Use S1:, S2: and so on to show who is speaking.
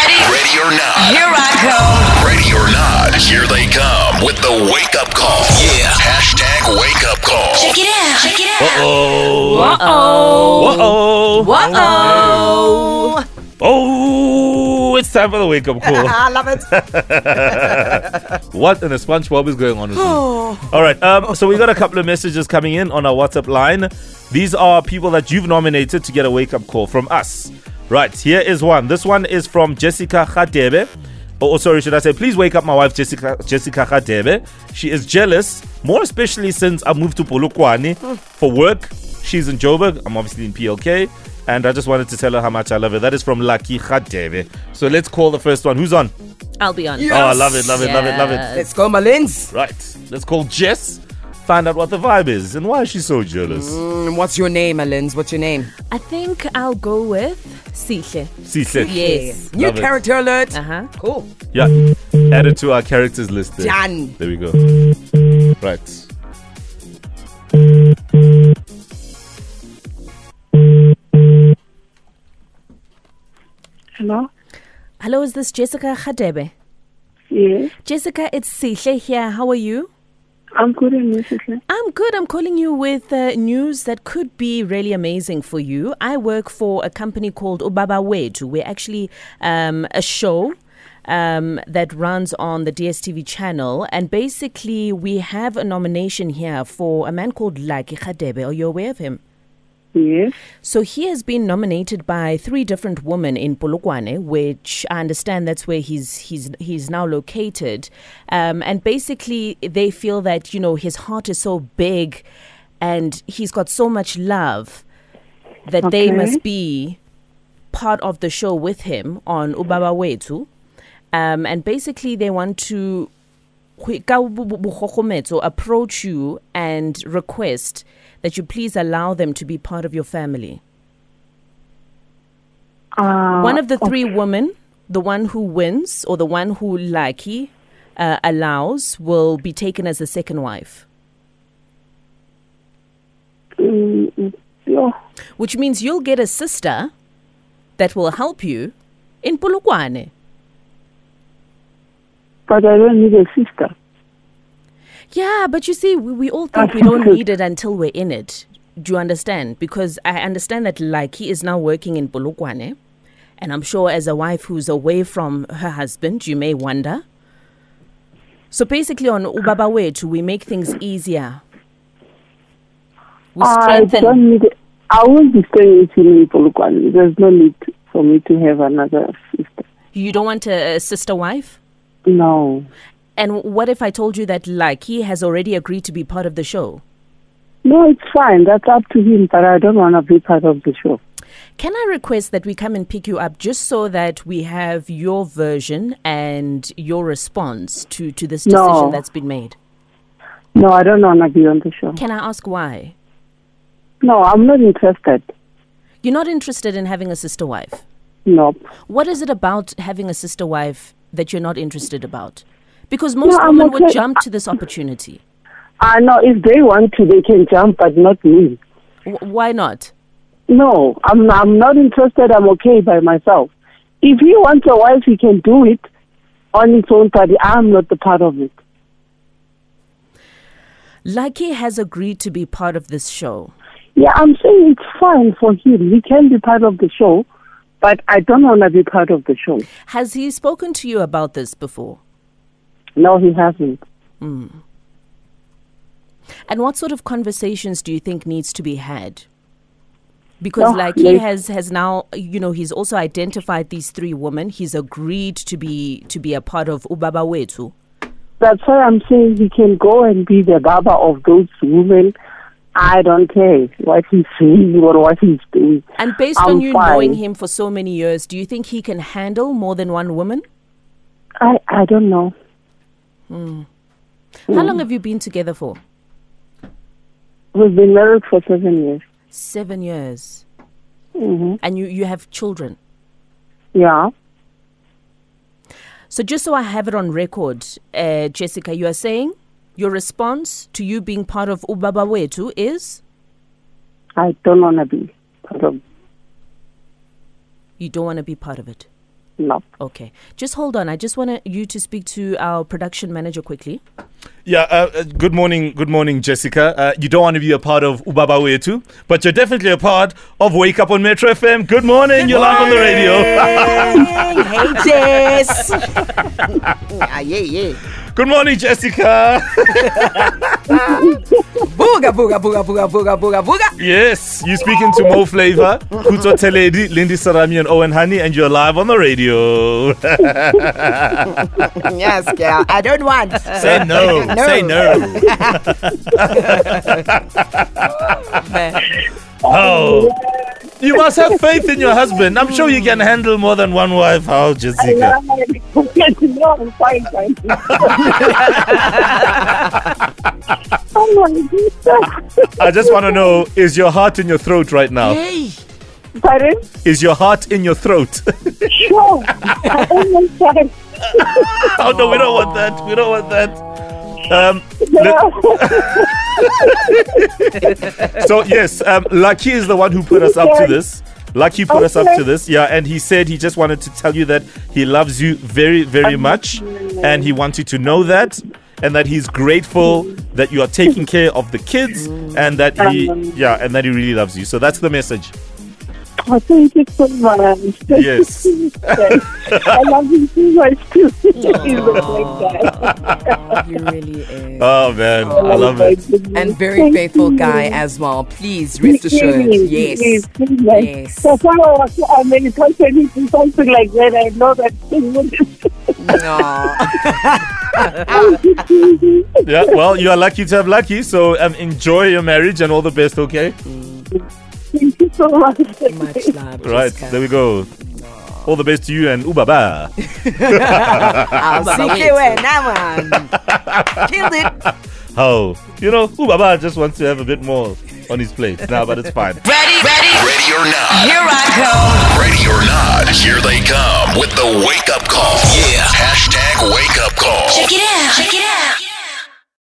S1: or not.
S2: Here I
S1: Ready or not, here they come with the wake up call. Yeah. Hashtag wake up call.
S2: Check it out. Check it out.
S3: Oh.
S2: Uh oh.
S3: Whoa.
S2: Uh oh.
S3: Oh, it's time for the wake up call.
S4: I love it.
S3: what in the SpongeBob is going on with me? All right. Um, so we got a couple of messages coming in on our WhatsApp line. These are people that you've nominated to get a wake up call from us. Right. Here is one. This one is from Jessica Khadebe. Oh, oh, sorry, should I say, please wake up my wife, Jessica Jessica Khadebe. She is jealous, more especially since I moved to Polokwane for work. She's in Joburg. I'm obviously in PLK. And I just wanted to tell her how much I love her. That is from Lucky Khadebe. So let's call the first one. Who's on?
S5: I'll be on.
S3: Oh, I love it, love it, love it, love it.
S4: Let's go, Malins.
S3: Right. Let's call Jess, find out what the vibe is and why she's so jealous.
S4: Mm, What's your name, Malins? What's your name?
S5: I think I'll go with Sihle.
S3: Sihle.
S5: Yes.
S4: New
S3: Love it.
S4: character alert.
S5: Uh huh.
S4: Cool.
S3: Yeah. Add it to our characters list. There.
S4: Done.
S3: There we go. Right.
S6: Hello?
S5: Hello, is this Jessica Khadebe?
S6: Yes.
S5: Jessica, it's Sihle here. How are you?
S6: I'm good in music. eh?
S5: I'm good. I'm calling you with uh, news that could be really amazing for you. I work for a company called Ubaba Wedu. We're actually um, a show. Um, that runs on the DSTV channel, and basically, we have a nomination here for a man called Laki Khadebe. Are you aware of him?
S6: Yes.
S5: So he has been nominated by three different women in Polokwane, which I understand that's where he's he's he's now located. Um, and basically, they feel that you know his heart is so big, and he's got so much love that they
S6: Okay.
S5: must be part of the show with him on Ubaba Wetu. Um, and basically, they want to go- ka bo- bo- bokgogometso approach you and request that you please allow them to be part of your family.
S6: Uh,
S5: one of the three women, the one who wins or the one who lucky uh, allows, will be taken as the second wife.
S6: mm, mm, yo,
S5: Which means you'll get a sister that will help you in Polokwane.
S6: but I don't need a sister.
S5: Yeah, but you see, we, we all think we don't need it until we're in it. Do you understand? Because I understand that like he is now working in Polokwane, and I'm sure as a wife who's away from her husband, you may wonder. So basically, on Ubaba Wetu, we make things easier. We
S6: I
S5: strengthen.
S6: don't need. I won't be staying with him in Polokwane. There's no need for me to have another sister.
S5: You don't want a, a sister wife?
S6: No.
S5: And what if I told you that like he has already agreed to be part of the show?
S6: No, it's fine. That's up to him, but I don't want to be part of the show.
S5: Can I request that we come and pick you up just so that we have your version and your response to, to this decision
S6: No.
S5: that's been made?
S6: No, I don't want to be on the show.
S5: Can I ask why?
S6: No, I'm not interested.
S5: You're not interested in having a sister wife.
S6: Nope.
S5: What is it about having a sister wife that you're not interested about? Because most
S6: I'm
S5: women would
S6: okay.
S5: jump to this opportunity.
S6: I know if they want to, they can jump, but not me.
S5: W- why not?
S6: No, I'm I'm not interested. I'm okay by myself. If he wants a wife, he can do it on his own. But I'm not the part of it.
S5: Lucky has agreed to be part of this show.
S6: Yeah, I'm saying it's fine for him. He can be part of the show, but I don't want to be part of the show.
S5: Has he spoken to you about this before?
S6: No, he hasn't.
S5: And what sort of conversations do you think needs to be had? Because
S6: No,
S5: like he
S6: yes.
S5: has has now, you know, he's also identified these three women. He's agreed to be to be a part of Ubaba Wetu.
S6: That's why I'm saying he can go and be the baba of those women. I don't care what he's saying or what he's doing.
S5: And based
S6: I'm
S5: on you
S6: fine.
S5: knowing him for so many years, do you think he can handle more than one woman?
S6: I I don't know.
S5: How
S6: Hmm.
S5: long have you been together for?
S6: We've been married for seven years.
S5: Seven years.
S6: hmm
S5: And you, you have children.
S6: Yeah.
S5: So just so I have it on record, uh, Jessica, you are saying your response to you being part of Ubaba Wetu is
S6: I don't want to be part of
S5: you don't want to be part of it.
S6: No.
S5: Okay. Just hold on. I just want you to speak to our production manager quickly.
S3: Yeah. Uh, uh, good morning. Good morning, Jessica. Uh, you don't want to be a part of Ubaba Wetu, but you're definitely a part of Wake Up on Metro FM. Good morning. you're live on the radio.
S4: hey, Jess. yeah, yeah, yeah.
S3: good morning, Jessica.
S4: Booga, booga, booga, booga, booga, booga, booga.
S3: yes. You're speaking to Mo Flavor, Kuto Teledi, Lindy Sarami, and Owen Honey, and you're live on the radio.
S4: Yes, girl. I don't want.
S3: Say no.
S4: No.
S3: Say no. Oh. You must have faith in your husband. I'm sure you can handle more than one wife. Oh, Jessica.
S6: no, I'm fine, thank you. oh my goodness.
S3: I just want to know is your heart in your throat right now?
S4: Hey.
S6: Pardon?
S3: Is your heart in your throat?
S6: Sure. I almost died.
S3: oh, no, we don't want that. We don't want that. Um,
S6: Yeah.
S3: so, yes, um, Lucky is the one who put us up to this. Lucky put us up
S6: Okay.
S3: to this. Yeah, and he said he just wanted to tell you that he loves you very, very much. And he wants you to know that. And that he's grateful that you are taking care of the kids and that he, yeah, and that he really loves you. So that's the message.
S6: Oh, thank you so much. Thank you
S3: Yes.
S6: so much. I love you so much too. He's a great guy.
S4: You really is.
S3: Oh, man. I love
S6: my
S3: it.
S6: goodness.
S4: and very
S6: Thank
S4: faithful
S6: you.
S4: guy as well. Please rest assured.
S6: Yes,
S4: Yes.
S6: yes, yes.
S4: Yes.
S6: That's why I was, I mean, if I said anything, something like that, I know that thing would
S4: Aw.
S3: Yeah, well, you are lucky to have lucky. So um, enjoy your marriage and all the best, okay?
S6: Thank you so much.
S4: Much love.
S3: Right,
S4: Jessica.
S3: there we go. All the best to you and Ubaba.
S4: I'll see you when I'm on. Killed it.
S3: Oh, you know, Ubaba just wants to have a bit more on his plate now, but it's fine.
S2: Ready, ready,
S1: Ready or not,
S2: here I
S1: ready or not, here they come with the wake up call. Yeah. Hashtag wake up call.
S2: go. Check it out, check it out.